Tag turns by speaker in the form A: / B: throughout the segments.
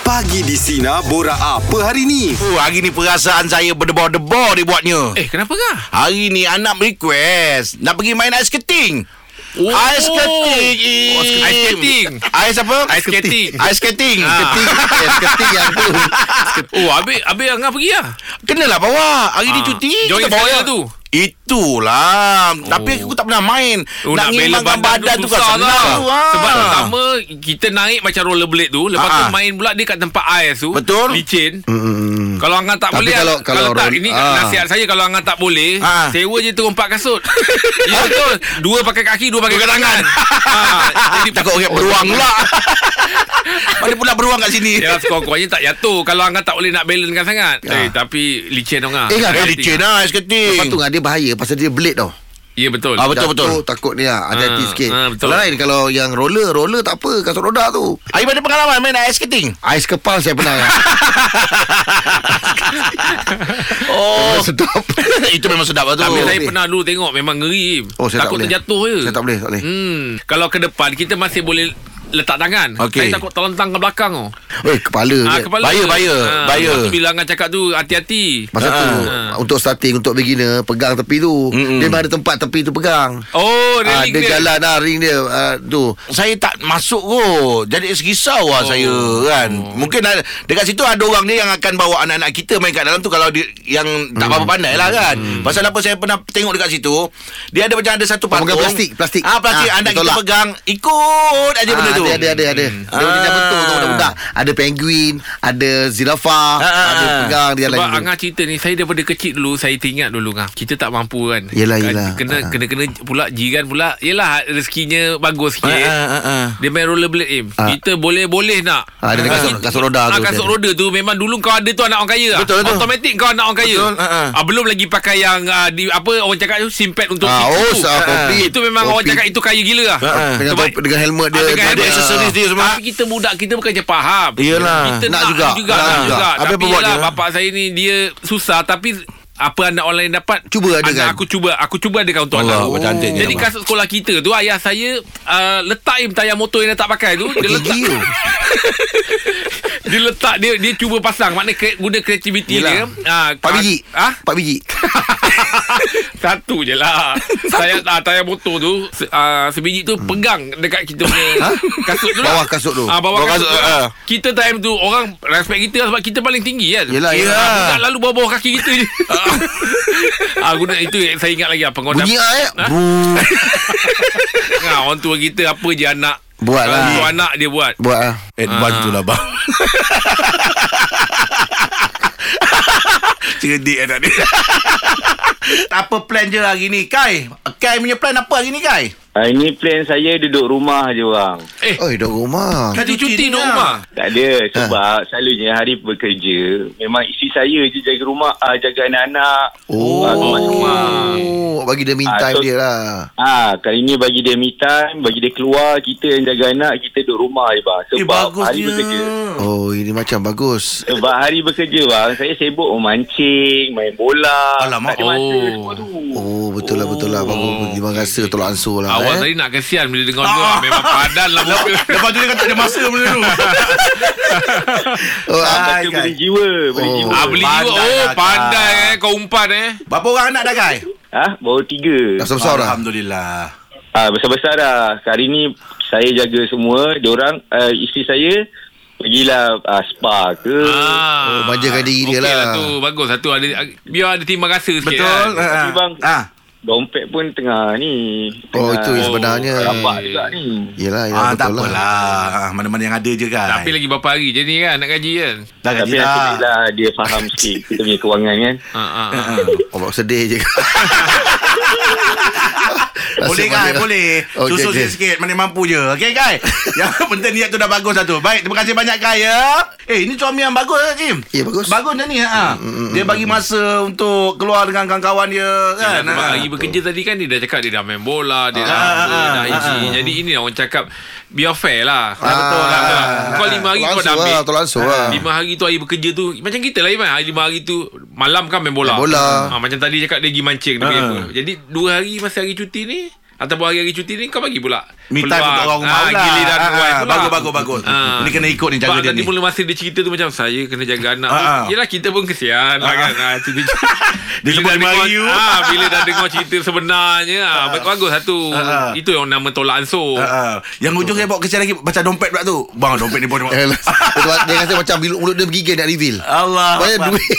A: Pagi di Sina Bora apa hari ni?
B: Uh, hari ni perasaan saya berdebar-debar dia buatnya.
C: Eh, kenapa kah?
B: Hari ni anak request nak pergi main ais keting.
C: Oh.
B: Ais keting.
C: Oh, ais keting.
B: Ais apa?
C: Ais keting.
B: Ais keting.
C: Ah.
B: Keting. Ais keting yang tu.
C: Oh, habis habis Angah pergi lah.
B: Kenalah bawa. Hari ni
C: Ah,
B: cuti.
C: join
B: kita bawa
C: saya
B: lah.
C: tu.
B: Itulah oh. Tapi aku tak pernah main
C: Oh, nak, bela
B: ngimbangkan
C: badan, tu
B: senang
C: susah lah.
B: tu, ah.
C: Sebab pertama kita naik macam rollerblade tu, lepas
B: Ah,
C: tu
B: ah.
C: main pula dia kat tempat ais tu.
B: Betul.
C: Licin. Hmm. Kalau Angah tak
D: Tapi
C: boleh
D: kalau-
C: kalau,
D: kalau
C: tak
D: roll-
C: ini
D: ah.
C: nasihat saya kalau Angah tak boleh,
B: Ah.
C: sewa je tu empat kasut. ya betul. Dua pakai kaki, dua pakai tangan. ah, jadi
B: Takut orang beruang pula Mana pula beruang kat sini
C: Ya sekurang-kurangnya tak jatuh Kalau Angah tak boleh nak balancekan sangat Eh tapi licin Angah
D: Eh, kan,
B: Eh, licin lah ais keting
D: Lepas tu kan dia bahaya Pasal dia belit tau
C: Ya betul
B: Ah, betul, betul.
D: Jatuh, Takut dia Hati-hati
C: Ah,
D: sikit
C: ah, betul.
D: Kalau lain kalau yang roller Roller tak apa Kasut roda tu
B: Ayah ada pengalaman main ais keting
D: Ais kepal saya pernah
B: Oh
D: Sedap
B: Itu memang sedap lah tu
C: Tapi saya
D: Oh, boleh.
C: pernah dulu tengok Memang ngeri
D: Oh saya
C: Takut
D: tak boleh
C: terjatuh je
D: Saya tak boleh tak boleh
C: hmm. Kalau ke depan Kita masih boleh Letak tangan
B: Okey.
C: Saya takut terlentang ke belakang oh.
D: Eh kepala
C: Ah,
D: dia.
C: kepala Ah,
B: Bahaya, bahaya, bahaya.
C: lepas tu Bila Angah cakap tu Hati-hati
D: Masa tu
C: Ah.
D: Untuk starting Untuk beginner Pegang tepi tu
B: Mm-mm.
D: Dia memang ada tempat tepi tu pegang
C: Oh
D: Ah,
C: railing
D: Dia jalan ah, Ring dia ah, Tu
B: saya tak masuk kot Jadi risau lah oh. saya kan Mungkin ada, dekat situ ada orang dia yang akan bawa anak-anak kita main kat dalam tu Kalau dia yang tak apa-apa pandai lah kan Pasal apa saya pernah tengok dekat situ Dia ada macam ada satu patung
D: Pemegang plastik, plastik.
B: ah, Plastik
D: Ah,
B: anak kita
D: ditolak.
B: pegang Ikut aja benda tu
D: Ada ada ada ada. Hmm. Ada macam
B: Ah.
D: bentuk tu budak-budak. Ada penguin, ada zirafah,
B: Ah, ah,
D: ada
B: ah.
D: pegang dia
C: Sebab
D: lain. dulu.
C: Angah cerita ni Saya daripada kecil dulu Saya teringat dulu Angah Kita tak mampu kan
D: Yelah, yelah.
C: Kena,
D: Ah.
C: Kena-kena pula Jiran pula Yelah rezekinya bagus sikit
B: Ah, ah, ah, ah.
C: Dia main rollerblade im.
D: Ah.
C: Kita boleh-boleh nak.
D: Ah, dia ada kasut-
C: Kita-
D: kasut roda
C: Ah,
D: tu
C: kasut
D: dia ada.
C: roda tu memang dulu kau ada tu anak orang kaya.
B: Betul, betul.
C: Automatik kau anak orang kaya.
B: Betul, ah, ah.
C: Ah, belum lagi pakai yang ah, di apa orang cakap tu simpad untuk siku
D: Ah, oh,
C: tu.
D: sah, komplit.
C: Itu memang orang
D: Komplit.
C: cakap itu kaya gila lah.
B: Ah, ah.
D: Dengan
C: Sebab-
D: top- dengan helmet dia,
C: Ah, dengan
D: dia
B: ada
C: helmet.
B: aksesoris dia semua.
C: Tapi kita budak kita bukan je faham.
B: Yelah.
C: Kita
D: Nak
C: nak,
D: juga.
C: juga,
D: Nak
C: nak
D: juga.
C: juga.
B: Habis
C: Tapi
B: apa buat
C: yelah,
B: dia?
C: bapak saya ni dia susah tapi apa anak orang lain dapat
D: Cuba kan? adakan.
C: anak aku cuba aku cuba adakan untuk
B: Allah,
C: anak
B: oh.
C: aku.
B: cantiknya,
C: jadi
B: Abang.
C: kasut sekolah kita tu ayah saya uh, letak im tayar motor yang dia tak pakai tu dia letak
D: Gigi tu.
C: dia letak dia dia cuba pasang maknanya kre, guna kreativiti
B: Yelah.
C: dia ah
D: Pak biji.
C: ah
D: Pak biji.
C: satu je lah Tayar ah, tayar motor tu se, ah, Sebiji tu pegang Dekat kita punya Kasut tu lah
D: Bawah kasut tu.
C: ah, Bawah,
B: Bawah kasut,
C: kasut, tu
B: ah.
C: lah. Kita time tu Orang respect kita lah Sebab kita paling tinggi kan
D: Yelah, yelah.
C: Ah, budak lalu bawah-bawah kaki kita je ah, Guna itu yang saya ingat lagi lah Pengondam
D: Bunyi ah eh.
C: ah, Orang tua kita Apa je anak
D: Buat lah.
C: Untuk anak dia buat
D: Buat ah.
B: Advance
C: Ah.
B: tu lah bang Cerdik anak ni Apa plan je hari ni Kai Kai punya plan apa hari ni Kai
E: Ha, ini plan saya duduk rumah je bang.
C: Eh
D: Oi, dok rumah.
B: Kan
C: Cuti cuti duduk rumah
E: Tak ada sebab ha. selalunya hari bekerja memang isteri saya je jaga rumah, uh, jaga anak-anak.
D: Oh.
E: ah, kemas rumah.
D: Oh, bagi dia me
E: Ah,
D: time
E: so-
D: dia lah.
E: Ah, kali ni bagi dia me time, bagi dia keluar, kita yang jaga anak, kita duduk rumah je bang. Sebab eh, hari bekerja.
B: Hmm.
D: Oh, ini macam bagus.
E: Sebab hari bekerja bang, saya sibuk memancing, main bola.
B: Alamak.
E: Tak ada masa
C: Oh.
E: semua tu.
D: Oh, betul lah, betul lah. Bagus. Terima kasih tolak ansur lah.
C: Awal Ah, tadi
D: eh.
C: nak kesian Bila dengar ah. Memang padan lah muka.
B: Lepas tu dia kata ada masa benda tu
D: Oh, ah,
E: Kata beri jiwa, beri
D: Oh.
E: jiwa.
C: Ah, beli jiwa
B: Pandai
C: Oh
B: lah,
C: pandai
B: Kak.
C: eh Kau umpan eh
B: Berapa orang anak dah Kai?
E: Ha? Baru tiga.
D: Dah besar-besar dah.
B: Alhamdulillah
E: Ah besar-besar lah. Hari ni saya jaga semua, diorang uh, isteri saya pergilah uh, spa ke.
C: Ah,
D: Oh, manjakan diri dia
C: Okey
D: lah.
C: tu bagus lah tu ada biar ada timah rasa sikit.
B: Betul
C: Kan?
E: Tapi bang,
B: ah.
E: dompet pun tengah ni. Tengah
D: Oh, itu yang sebenarnya.
E: Rabak juga ni.
D: Yelah, yelah,
B: Ah, tak
D: betul lah.
B: apalah Ah, Mana-mana yang ada je Kai
C: Tapi lagi berapa hari je ni kan nak gaji kan.
B: Dah
E: Tapi
B: gaji
E: nanti
B: dah
E: lah dia faham sikit kita punya kewangan kan.
C: Ha ah, ah.
D: Awak sedih je.
B: Boleh
A: lah,
B: Kai boleh
D: lah. Oh, Okey,
B: Susul
D: okey.
B: sikit-sikit Mana mampu je Okay Kai Yang penting niat tu dah bagus dah tu Baik terima kasih banyak Kai ya Eh ini suami yang bagus lah Jim
D: Ya, bagus.
B: Bagus dah ni ha. Dia bagi masa untuk keluar dengan kawan-kawan dia kan
C: Sebab
B: ha.
C: hari bekerja tadi kan dia dah cakap dia dah main bola, dia dah
B: Ah,
C: apa,
B: ah,
C: dah
B: ah,
C: iji.
B: ah.
C: Jadi ini orang cakap biar fair lah.
D: Ah, betul lah.
C: Tak, Kau lima hari
D: Tolak
C: kau dah
D: ansur
C: ambil.
D: lah, tolak ansur lah.
B: Ah.
C: Lima hari tu hari bekerja tu macam kita lah Iman. Hari lima hari tu malam kan main bola.
D: Main
C: Ha,
D: bola.
C: macam tadi cakap dia pergi mancing dia pergi apa. Jadi dua hari masa hari cuti ni ataupun hari-hari cuti ni kau bagi pula.
B: Me time untuk orang rumah
C: ah,
B: pula.
C: Gili dan
B: Ah,
C: ah,
B: ah,
C: wife pula. Ah.
B: bagus, bagus, bagus. Ni kena ikut ni, jaga
C: Sebab
B: dia
C: tadi
B: ni.
C: mula masa dia cerita tu macam saya kena jaga anak.
B: Ah, ah.
C: Yelah kita pun kesian lah kan. Ah, cerita,
B: Dia sebut
C: dah
B: lima
C: dengar-
B: hari you.
C: ah, bila dah dengar cerita sebenarnya. ah, Bagus satu.
B: Ah, ah.
C: Itu yang nama tolak ansur.
B: Ha, ha. Yang hujung saya bawa kesian lagi Macam dompet pula tu Bang dompet ni pun
D: Eh, Sebab dia rasa macam bilut mulut dia bergigil nak reveal.
B: Allah
D: Banyak
B: Akbar.
D: duit.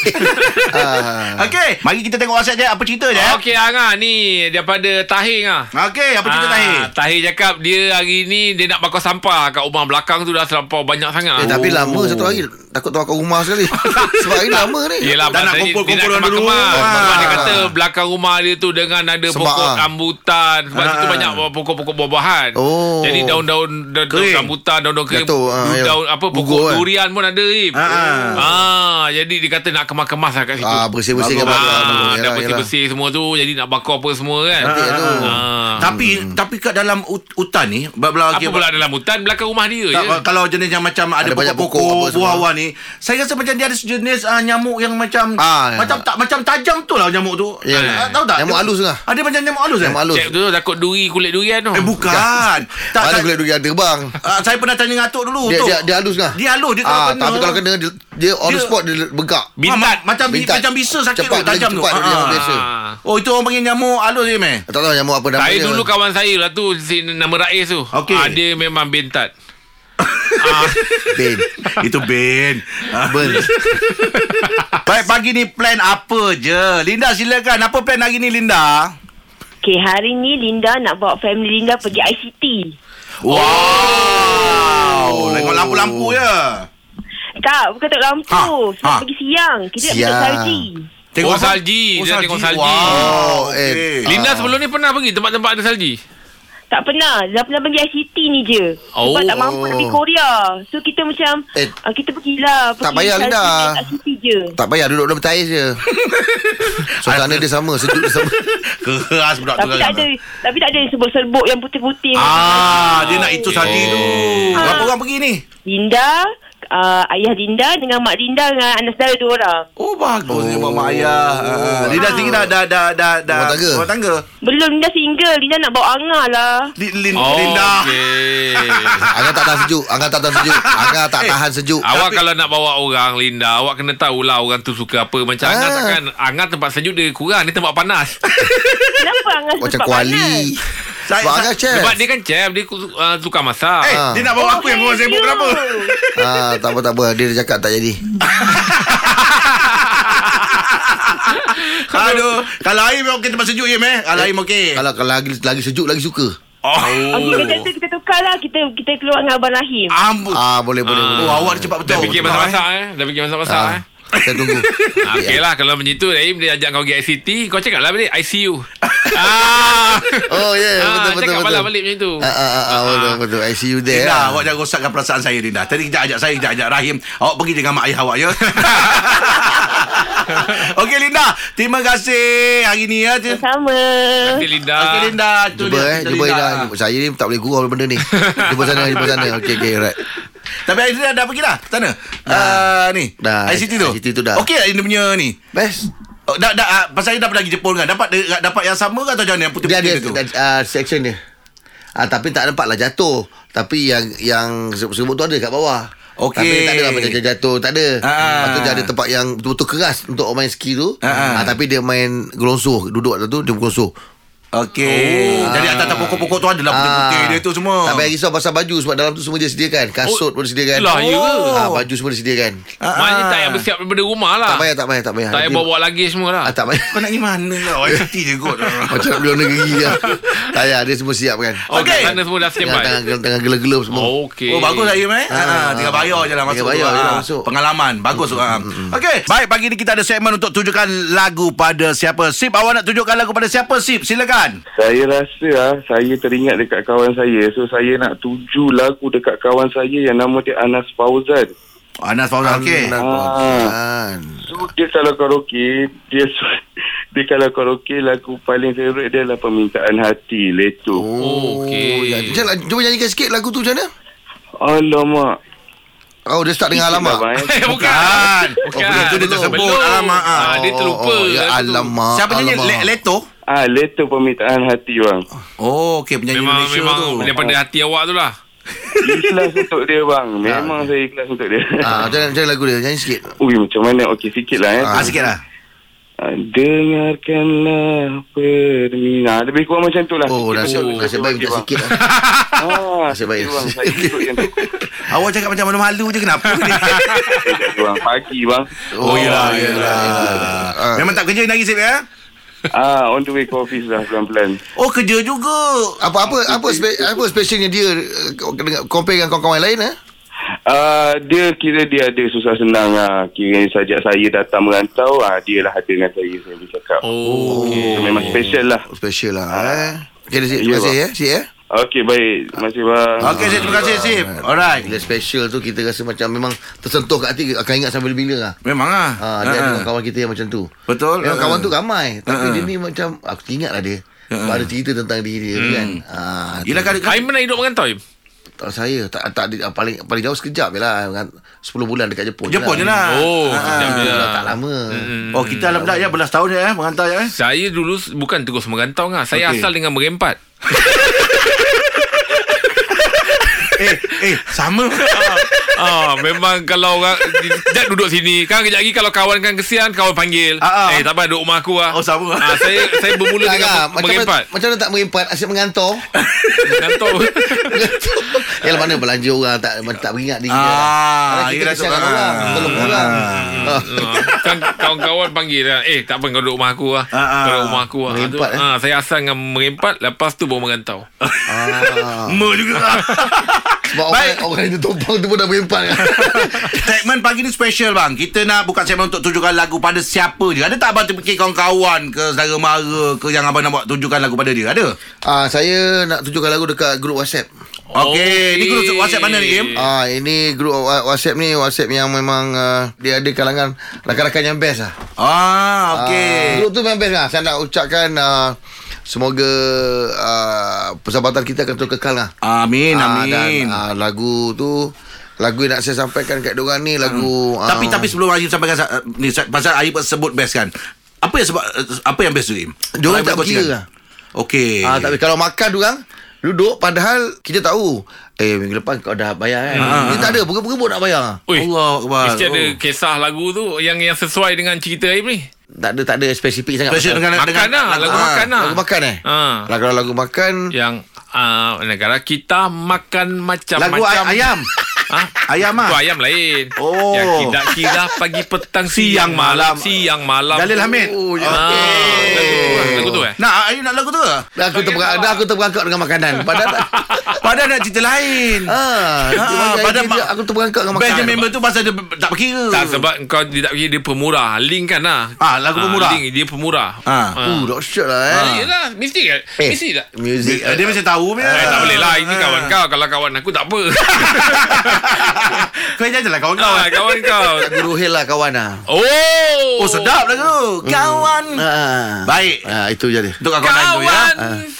D: Ah.
B: Okey Mari kita tengok WhatsApp je Apa cerita je
C: Okey Angah ni daripada Tahir Angah.
B: Okey Apa cerita
C: Ah,
B: Tahir
C: Tahir cakap dia hari ni dia nak bakar sampah kat rumah belakang tu dah terlampau banyak sangat.
D: Eh, tapi lama satu hari Takut tuan kat rumah sekali Sebab hari lama ni
C: Yelah,
B: Dah nak
C: maksudnya
B: kumpul-kumpul
C: dia nak
B: orang dulu.
C: kemas-kemas.
B: Ah.
C: Sebab Dia kata belakang rumah dia tu dengan ada
D: Sebab,
C: pokok
D: ah.
C: rambutan. Sebab
B: Ah,
C: situ
B: ah.
C: banyak pokok-pokok buah-buahan.
D: Oh.
C: Jadi daun-daun daun
B: Kering.
C: rambutan, daun-daun kering,
D: Jatuh, ah, ya.
C: daun apa pokok
D: Gugur, kan?
C: durian pun ada. Im.
B: Ah, ah.
C: Ah, jadi dia kata nak kemas-kemas lah kat situ.
D: Ah, bersih-bersih kat
B: Bagus.
D: belakang tu.
C: Ah,
D: Yelah,
C: dah bersih-bersih semua tu Jadi nak bakar apa semua kan
D: Cantik tu.
C: Ah.
B: Tapi Tapi kat dalam hut- hutan ni Belah
C: Apa pula dalam hutan Belakang rumah dia
B: tak,
C: ya? je
B: kalau jenis yang macam ada,
D: Ada banyak pokok, apa
B: pokok-pokok
D: semua.
B: buah-buah ni saya rasa macam dia ada sejenis uh, nyamuk yang macam
D: Ah, ya.
B: macam tak macam tajam tu lah nyamuk tu
D: Ya, ya.
B: Ah, tahu tak
D: Nyamuk
B: Dia-
D: halus lah.
B: ada macam nyamuk halus eh?
D: Yang malu
C: Cek tu takut duri kulit durian tu
B: eh bukan tak,
D: Mana
B: tak,
D: kulit durian ada bang
B: Ah, saya pernah tanya dengan Atok dulu
D: Dia
B: Tok.
D: dia, dia halus lah
B: Dia halus Dia kalau
D: ah,
B: kena
D: Tapi kalau kena Dia, dia on the
B: Dia-
D: spot Dia bengkak
C: Bintat.
B: Ah, ma- macam, bi-
D: Bintat.
B: macam bisa sakit
D: Cepat,
B: tu Tajam tu
D: cepat
B: Ah,
D: dia
B: ah.
D: biasa.
B: Oh itu orang panggil nyamuk halus je meh
D: Tak tahu nyamuk apa nama
C: Saya
D: dia
B: kan-
C: dulu kawan saya lah tu si, Nama Rais tu
B: Okey.
C: ah, Dia memang bentat Ah,
D: Bin
B: Itu Ben Ah.
D: Bin
B: Baik pagi ni plan apa je Linda silakan Apa plan hari ni Linda
F: Okay, hari ni Linda nak bawa family Linda pergi ICT.
B: Wow Tengok lampu-lampu ya
F: Tak, bukan Tok Lampu.
B: Ha,
F: Ha,
B: ha.
F: ha. pergi siang. Kita nak
D: Ah, Siang.
C: Oh,
F: tengok salji.
B: apa?
C: salji. Dia tengok salji.
B: Wow
D: Oh, eh.
B: okay.
C: Linda sebelum ni pernah pergi Tempat-tempat ada salji
F: Tak pernah. Dah pernah pergi ICT ni je. Sebab
C: Oh.
F: tak mampu nak pergi Korea. So, kita macam,
D: Eh.
F: eh. kita pergilah. Pergi
D: Tak payah,
F: salji,
D: Linda.
F: tengok ICT je.
D: Tak payah duduk dalam taiz je Suasana dia sama Sejuk dia sama
B: Keras budak tu
F: Tapi tak
B: kan.
F: ada Tapi tak ada serbuk-serbuk yang putih-putih
B: Ah, dia nak itu salji tu.
C: Oh.
B: Berapa orang pergi ni?
F: Linda uh, Ayah Linda Dengan mak Linda Dengan anak saudara dua orang
B: Oh bagus oh. ni mama ayah. Ah, Linda sendiri dah dah dah dah dah
D: Rumah tangga.
B: Rumah tangga.
F: Belum Linda single Linda nak bawa Angah lah
B: Li- Lin, Linda.
C: okey.
D: Angah tak tahan sejuk Angah tak tahan sejuk Angah
B: Eh.
D: tak tahan sejuk
C: Awak
B: Tapi-
C: kalau nak bawa orang Linda Awak kena tahulah Orang tu suka apa Macam
D: Ah.
C: Angah takkan Angah tempat sejuk dia kurang Dia tempat panas
F: Kenapa Angah
D: Macam
F: tempat panas?
D: kuali
B: Saya-
D: Sebab Angah chef
C: Sebab dia kan chef Dia uh, suka masak
B: Eh, dia nak
C: Oh,
B: bawa aku yang bawa sibuk kenapa?
D: Ah, tak apa tak apa dia dah cakap tak jadi.
B: Aduh, kalau air memang kita tempat sejuk je meh. Kalau air okey.
D: Kalau kalau lagi lagi sejuk lagi suka.
B: Oh.
F: Okey, kita, kita, kita tukar lah. Kita, kita keluar dengan Abang Rahim.
B: Ambut.
D: Ah boleh boleh.
B: Oh,
D: boleh.
B: awak ni cepat betul.
C: Dah fikir
B: Betul,
C: masak-masak eh Dah fikir masak-masak eh
D: Ah, saya tunggu.
C: Ah, Okey lah kalau macam tu Naim dia ajak kau pergi ICT Kau cakap lah balik ICU ah.
D: Oh yeah,
C: Ah,
D: betul betul
C: cakap
D: betul.
C: malah balik macam tu.
D: Ah ah ah, ah betul betul. I see you there.
B: Linda,
D: ah.
B: awak jangan rosakkan perasaan saya Linda. Tadi kita ajak saya, kita ajak Rahim. Awak pergi dengan mak ayah awak ya. Okey Linda, terima kasih hari ni ya. Terima
F: Sama.
C: Nanti Linda
B: Okey Linda, tu
D: Jumpa eh,
B: dia.
D: jumpa Ida. Saya ni tak boleh gurau benda ni. Jumpa sana, jumpa sana. Okey okey right.
B: Tapi Aizli dah pergi dah sana. Ah ni.
D: Dah,
B: ICT tu.
D: ICT tu dah.
B: Okey lah dia punya ni.
D: Best.
B: Oh, dah, dah, ah, pasal dia dah pernah pergi Jepun kan Dapat de- dapat yang sama ke atau jangan Yang
D: Dia ada
B: putih-putih dia tu
D: ah, section dia. Ah tapi tak nampak lah jatuh. Tapi yang yang sebut tu ada kat bawah.
B: Okey.
D: Tapi tak ada lah macam jatuh Tak ada
B: Ah.
D: Lepas tu dia ada tempat yang Betul-betul keras Untuk orang main ski tu
B: Ah.
D: Ah, Tapi dia main Gelonsuh Duduk atas tu Dia gelonsuh
B: Okey oh. Jadi atas-atas pokok-pokok tu Adalah putih-putih
D: Ah.
B: dia tu semua
D: Tak payah risau pasal baju Sebab dalam tu semua dia sediakan Kasut pun sediakan
C: lah, ya ke?
D: ha, Baju semua dia sediakan
B: Ah, ah.
C: Maknanya tak payah bersiap daripada rumah lah
D: Tak payah tak payah Tak payah
C: Tak payah
D: Nanti-
C: bawa lagi semua lah
D: ah, Tak payah
B: Kau nak pergi mana lah ICT je kot
D: Macam nak beli negeri je Tak payah Dia semua siap kan
C: Oh
B: Okey.
C: okay. sana semua dah
D: Tengah,
C: standby
D: tengah, tengah gelap-gelap semua
C: Okey
B: Oh bagus lah Im eh ha,
D: Ah.
B: Tinggal bayar je lah masuk,
D: Tinggal bayar
B: tu.
D: je lah
B: Ah,
D: masuk.
B: Pengalaman Bagus mm, Okey Baik pagi ni kita ada segmen Untuk tunjukkan lagu pada siapa Sip awak nak tunjukkan lagu pada siapa Sip silakan
E: Saya rasa ah, saya teringat dekat kawan saya. So saya nak tuju lagu dekat kawan saya yang nama dia Anas Fauzan.
B: Anas Fauzan okey
D: Ah.
E: So dia kalau karaoke, dia su- dia kalau karaoke lagu paling favorite dia adalah permintaan hati letu.
D: Oh,
C: Okey.
D: ya. Macam mana- Cuba nyanyikan sikit lagu tu macam mana
E: Alamak.
D: Oh dia start dengan alamak
E: Abang, eh.
C: Eh,
B: Bukan. Oh,
C: Bukan
B: belum tu dia tersebut.
C: Belum.
B: Alamak, ah.
C: Ah, Dia terlupa
D: oh, oh, ya,
C: lagu tu.
D: Alamak
B: Siapa nyanyi
D: alamak.
B: Le- Leto
E: Ah, letter permintaan hati bang.
B: Oh, okey penyanyi
C: Memang
B: Malaysia
C: memang
B: tu.
D: Oh.
C: daripada hati awak tu lah.
E: Ikhlas untuk dia bang. Memang saya ikhlas untuk dia.
D: Ah, macam, macam lagu dia Nyanyi sikit
E: Ui, macam mana? Okey, sikit lah eh.
B: Ah, sikit lah.
E: Ah, Dengarkanlah permintaan. Lebih kurang macam tu lah.
D: Oh nasib,
C: Oh,
D: nasib baik minta sikit lah
E: Ah,
D: Nasib baik.
E: sikit, Bang, saya ikut yang tu.
B: Awak cakap macam malu-malu je kenapa ni?
E: Bang, pagi bang.
B: oh, yelah, yelah.
D: Ah.
B: Memang tak kerja lagi, Sip, ya?
E: Ah, on the way ke office lah pelan-pelan.
B: Oh, kerja juga.
D: apa apa apa spe, apa specialnya dia eh, dengan- compare dengan kawan-kawan lain eh?
E: Ah, dia kira dia ada susah senang ah. Kira sajak saya datang merantau, ah dia lah ada dengan saya saya boleh cakap.
C: Oh,
E: So,
C: okey.
E: memang special lah.
D: Special lah eh. Okey, Nasib,
E: Ya,
D: terima kasih
E: bang.
D: ya, Cik eh.
E: Okey, baik. Terima kasih bang.
B: Okey, Sip. Terima kasih, Sip. Alright.
D: Bila special tu kita rasa macam memang tersentuh kat hati akan ingat sampai bila lah.
B: Memang lah.
D: Ha,
B: Ha,
D: dia ada
B: ha.
D: dengan kawan kita yang macam tu.
B: Betul.
D: Memang
B: Ha,
D: kawan
B: ha.
D: tu ramai. Tapi
B: Ha, ha.
D: dia ni macam, aku ingat lah dia. Sebab ada cerita tentang diri dia kan. Ha, tu.
B: Ah, Hmm. Yelah, kadang
C: Aim pernah hidup merantau, Aim?
D: Tak saya. Tak, tak, di- paling paling jauh sekejap je lah. Kan, 10 bulan dekat Jepun.
B: Jepun je lah.
D: Ah,
C: Oh, sekejap je
D: Dah
C: lah.
D: tak lama.
B: Oh, kita alhamdulillah ya, belas tahun je, eh, menghantar je, eh.
C: Saya dulu s- bukan terus merantau ngah. Saya
B: Okey.
C: asal dengan merempat.
B: eh, eh, sama.
C: ah, memang kalau orang Jat duduk sini Kan kejap lagi Kalau kawan kan kesian Kawan panggil
B: Ah, ah.
C: Eh tak apa Duduk rumah aku lah
B: Oh, sama.
C: ah, Saya saya bermula
D: Tak,
C: dengan
D: tak.
C: mer-
D: Lah, macam,
C: merempat
D: mana- macam mana tak merimpat Asyik mengantor
C: Merantau
D: Yalah mana belanja orang Tak tak beringat diri dia.
B: Ah,
D: Kadang
B: yelah,
D: kita kesian
B: tu-
D: orang
B: ah.
D: Tolong pulang Ah.
C: Ah, Kan kawan-kawan panggil lah. Eh tak apa kau duduk rumah aku lah
B: Ah, ah.
C: Kau duduk rumah aku lah
D: Merempat,
C: Tu,
D: eh?
C: ah, Saya asal dengan merempat Lepas tu baru merantau
D: Ah.
B: Me juga.
D: Sebab orang,
B: Baik.
D: orang itu tumpang tu pun dah merimpat kan?
B: Segmen pagi ni special bang Kita nak buka segmen untuk tunjukkan lagu pada siapa je Ada tak abang terfikir kawan-kawan ke Saudara mara ke Yang abang nak buat tunjukkan lagu pada dia Ada?
D: ah, saya nak tunjukkan lagu dekat grup WhatsApp.
B: Okey
C: Oh.
B: okay. Ni grup WhatsApp mana ni Im?
D: Ah ini grup wa- WhatsApp ni WhatsApp yang memang uh, dia ada kalangan rakan-rakan yang best lah.
B: Ah
D: Ah,
B: okey
D: grup tu memang best lah. Saya nak ucapkan ah, semoga ah, persahabatan kita akan terus kekal lah.
B: Amin
D: Ah,
B: amin
D: dan ah, lagu tu lagu yang nak saya sampaikan kat diorang ni lagu ah,
B: Hmm. Tapi tapi sebelum Ayub sampaikan sa- eh, ni sa- pasal Ayub sebut best kan. Apa yang sebab eh, apa yang best tu Im?
D: Diorang
B: Kalau
D: tak
B: boleh
D: kira
B: kongsikan.
D: lah.
B: Okey.
D: Ah, tapi kalau makan orang duduk padahal kita tahu eh minggu lepas kau dah bayar kan. Dia tak ada pukul-pukul nak bayar.
C: Ui,
B: Allah akbar. Oh.
C: Mesti ada kisah lagu tu Yang yang sesuai dengan cerita Aim ni
D: Tak ada tak ada spesifik sangat.
B: Special dengan
C: Makan lah Lagu
D: Ah,
C: makan lah
D: Lagu makan eh?
C: Ah. Ya
D: Lah, kalau lagu makan
C: Yang uh, negara kita makan macam-macam
B: lagu ay- ayam.
C: Ha?
B: Ayam ah.
C: Tu ayam lain
B: Oh.
C: Yang kita kira pagi petang siang,
B: Siang
C: malam
B: malam.
C: Siang malam
B: Jalil Hamid.
D: Oh,
C: Ah,
D: ya.
C: lagu tu lah, lagu tu eh
B: Nak Ayub nak lagu tu ke?
D: dah aku terperangkap dah aku terperangkap dengan makanan. Padahal tak-
B: Padahal nak cerita lain.
D: Ah, dia
B: Ah,
D: bagi
B: pada
D: idea,
B: mak-
D: aku terperangkap dengan
B: Best
D: makanan.
B: yang member tu pasal dia tak berkira.
C: tak sebab kau dia tak kira dia pemurah Link kan lah
B: Ah, lagu pemurah.
C: Link dia pemurah
B: Ah.
D: Uh, dok syok lah eh.
C: Ah, yelah Mesti kan
D: Eh,
C: Mesti tak
D: Music.
B: Dia, dia mesti tahu punya.
C: Eh, tak boleh lah Ini kawan kau Kalau kawan aku tak apa
B: Kau jalan lah kawan-kawan.
C: ah, Kawan kau
D: Lagu Ruhil lah kawan lah.
C: Oh
B: Oh sedap lah tu.
C: Hmm.
B: Kawan.
D: Ah.
B: Baik.
D: Ah, itu je dia.
B: Untuk kawan-kawan tu ya.
C: Kawan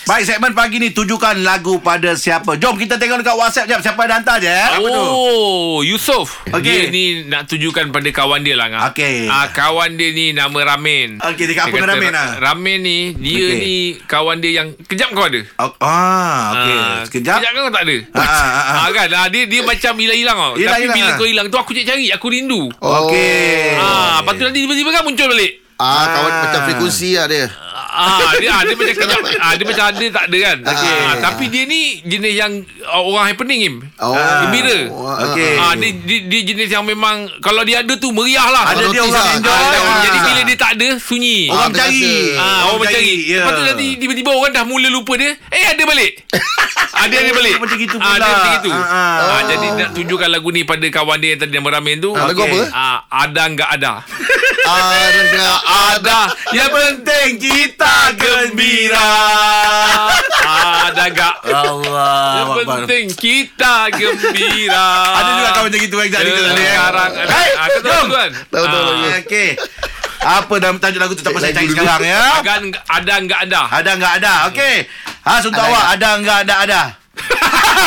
B: Baik segmen pagi ni tunjukkan lagu pada siapa. Jom kita tengok dekat WhatsApp jap siapa yang hantar je. eh. Apa tu?
C: Oh, Yusof.
B: Okey.
C: Dia ni nak tunjukkan pada kawan dia lah. Ngah.
B: Okey.
C: Ah, kawan dia ni nama Ramin.
B: Okey, dekat apa
C: Dia
B: dengan
C: kata,
B: Ramin, ah?
C: Ramin ni, dia
B: Okey.
C: ni kawan dia yang kejap kau ada.
B: Oh, Ah, okey.
C: Ah,
B: Sekejap.
C: Kejap kau tak ada.
B: Ah, ah, ah.
C: Ah, kan. Ah, dia, dia macam hilang-hilang tau.
B: Hilang,
C: Tapi
B: hilang,
C: bila
B: ah.
C: kau hilang tu, aku cari-cari. Aku rindu.
B: Okey.
C: Ah, lepas tu nanti tiba-tiba kan muncul balik.
D: Oh. Ah, kawan
B: Ah.
D: macam frekuensi lah dia.
C: Ah, dia, ah, dia macam kejap. Ah, dia macam ada tak ada kan.
D: Okey.
C: Ah, tapi dia ni jenis yang ah, orang happening im.
D: Oh.
C: Gembira.
B: Ah. Okey.
C: Ah, dia, dia, dia jenis yang memang kalau dia ada tu meriah lah.
B: Ada dia
D: Notice
B: orang
D: lah.
B: enjoy.
D: Ah,
B: Ah.
C: Jadi bila dia tak ada Sunyi
B: orang
D: Ah,
B: cari.
D: terasa.
C: Ah, orang mencari
B: ya.
C: Lepas tu nanti tiba-tiba orang dah mula lupa dia Eh ada balik Ada ada balik
B: Macam gitu
C: Ah, Ada
B: pula.
C: macam gitu
B: Ah, ah.
C: Ah, Jadi nak tunjukkan lagu ni pada kawan dia yang tadi nama Ramin tu
D: Ah, lagu
B: Okey.
D: apa?
C: Ah, Ada enggak ada
D: Ah, dia tengah
C: Ada Yang penting kita gembira Ada enggak Yang
B: Allah. Akbar.
C: penting kita gembira
B: Ada juga kawan macam gitu Exact kita tadi eh.
C: Sekarang
B: Hai,
C: Ah, kau tahu
B: jom.
C: tu kan?
D: Tahu, tahu, tahu.
C: Ah,
B: Okey. Apa dalam tajuk lagu tu tak pasal
D: Lagu
B: cari
D: dulu.
B: sekarang ya.
C: Ada enggak- Ada enggak ada
B: Ada enggak ada. Okey. Ha untuk awak ada enggak ada ada.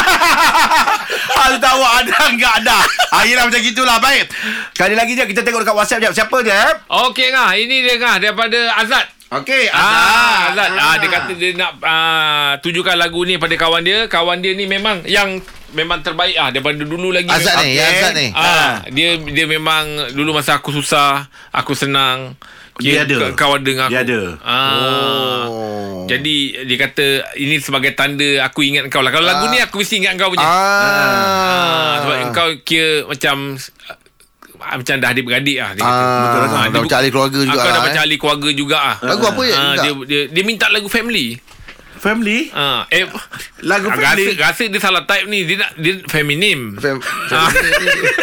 B: ha untuk awak ada enggak ada. Ha yelah macam gitulah baik. Sekali lagi je kita tengok dekat WhatsApp jap siapa je. eh?
C: Okey Ngah, ini dia Ngah daripada Azad.
D: Okey,
C: Ah,
D: Azad.
C: Azad. Ah, dia kata dia nak ah, tujukan lagu ni pada kawan dia. Kawan dia ni memang yang memang terbaik ah daripada dulu lagi.
D: Azad
C: memang,
D: ni, yang Azad ni.
C: Ah, dia dia memang dulu masa aku susah, aku senang.
B: Dia ada.
C: k- Kawan dengan aku.
B: Dia ada.
C: Ah.
D: Oh.
C: Jadi dia kata ini sebagai tanda aku ingat kau lah. Kalau lagu ni aku mesti ingat kau punya. Ah,
D: Ah.
C: sebab kau kira macam ah, macam dah adik-beradik ah dia kata.
D: Ah,
C: Betul lah,
D: dah
C: dia
D: macam
C: bu-
D: ahli keluarga
C: ah,
D: juga
C: Kau
D: lah,
C: dah
D: eh.
C: macam ahli keluarga juga ah.
D: Lagu apa ya?
C: Ah,
D: Minta?
C: dia, dia dia minta lagu family.
B: Family
C: Ah, eh
B: Lagu
C: rasa,
B: family
C: rasa dia salah type ni. Dia nak dia feminim.
D: Fem-
C: Ah.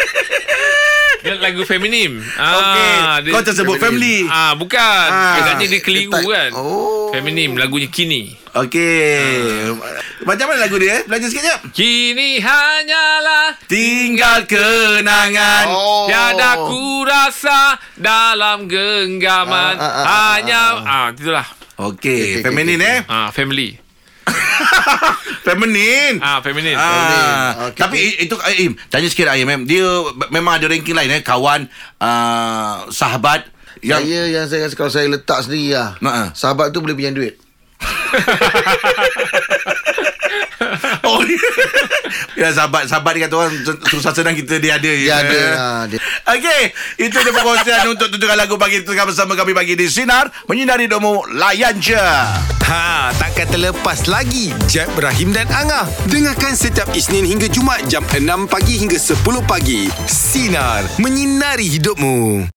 C: Dia lagu feminim. Ah,
B: Okay
C: dia,
B: Kau tersebut family
C: Ah, bukan.
B: Ah.
C: Agaknya dia keliru
D: Type-
C: kan.
D: Oh.
C: Feminim lagunya kini.
B: Okey
C: Ah.
B: Macam mana lagu dia eh? Belajar sikit jap
C: Kini hanyalah
B: Tinggal kenangan
D: Oh.
C: Tiada ku rasa dalam genggaman
D: Ah, ah, ah,
C: Hanya ah, itulah
B: Okey
D: Okey,
B: Feminin eh
C: ah, Family
B: Feminin
C: ah, Feminine
B: Ah,
C: ah.
D: Okey.
B: tapi i- itu Aim tanya sikit Aim Aim dia b- memang ada ranking lain eh kawan ah, sahabat yang
D: Saya yang saya rasa kalau saya letak sendiri lah.
B: Nah, ah.
D: Sahabat tu boleh pinjam duit.
B: oh ya sahabat sahabat dia kata orang susah senang kita dia ada ya.
D: Dia ada lah. Dia.
B: Okey, itu dia perkongsian untuk tuntutan lagu pagi tengah bersama kami pagi di Sinar Menyinari Domo Layan Je.
A: Ha, takkan terlepas lagi Jeb, Ibrahim dan Angah. Dengarkan setiap Isnin hingga Jumat jam 6 pagi hingga 10 pagi. Sinar, menyinari hidupmu.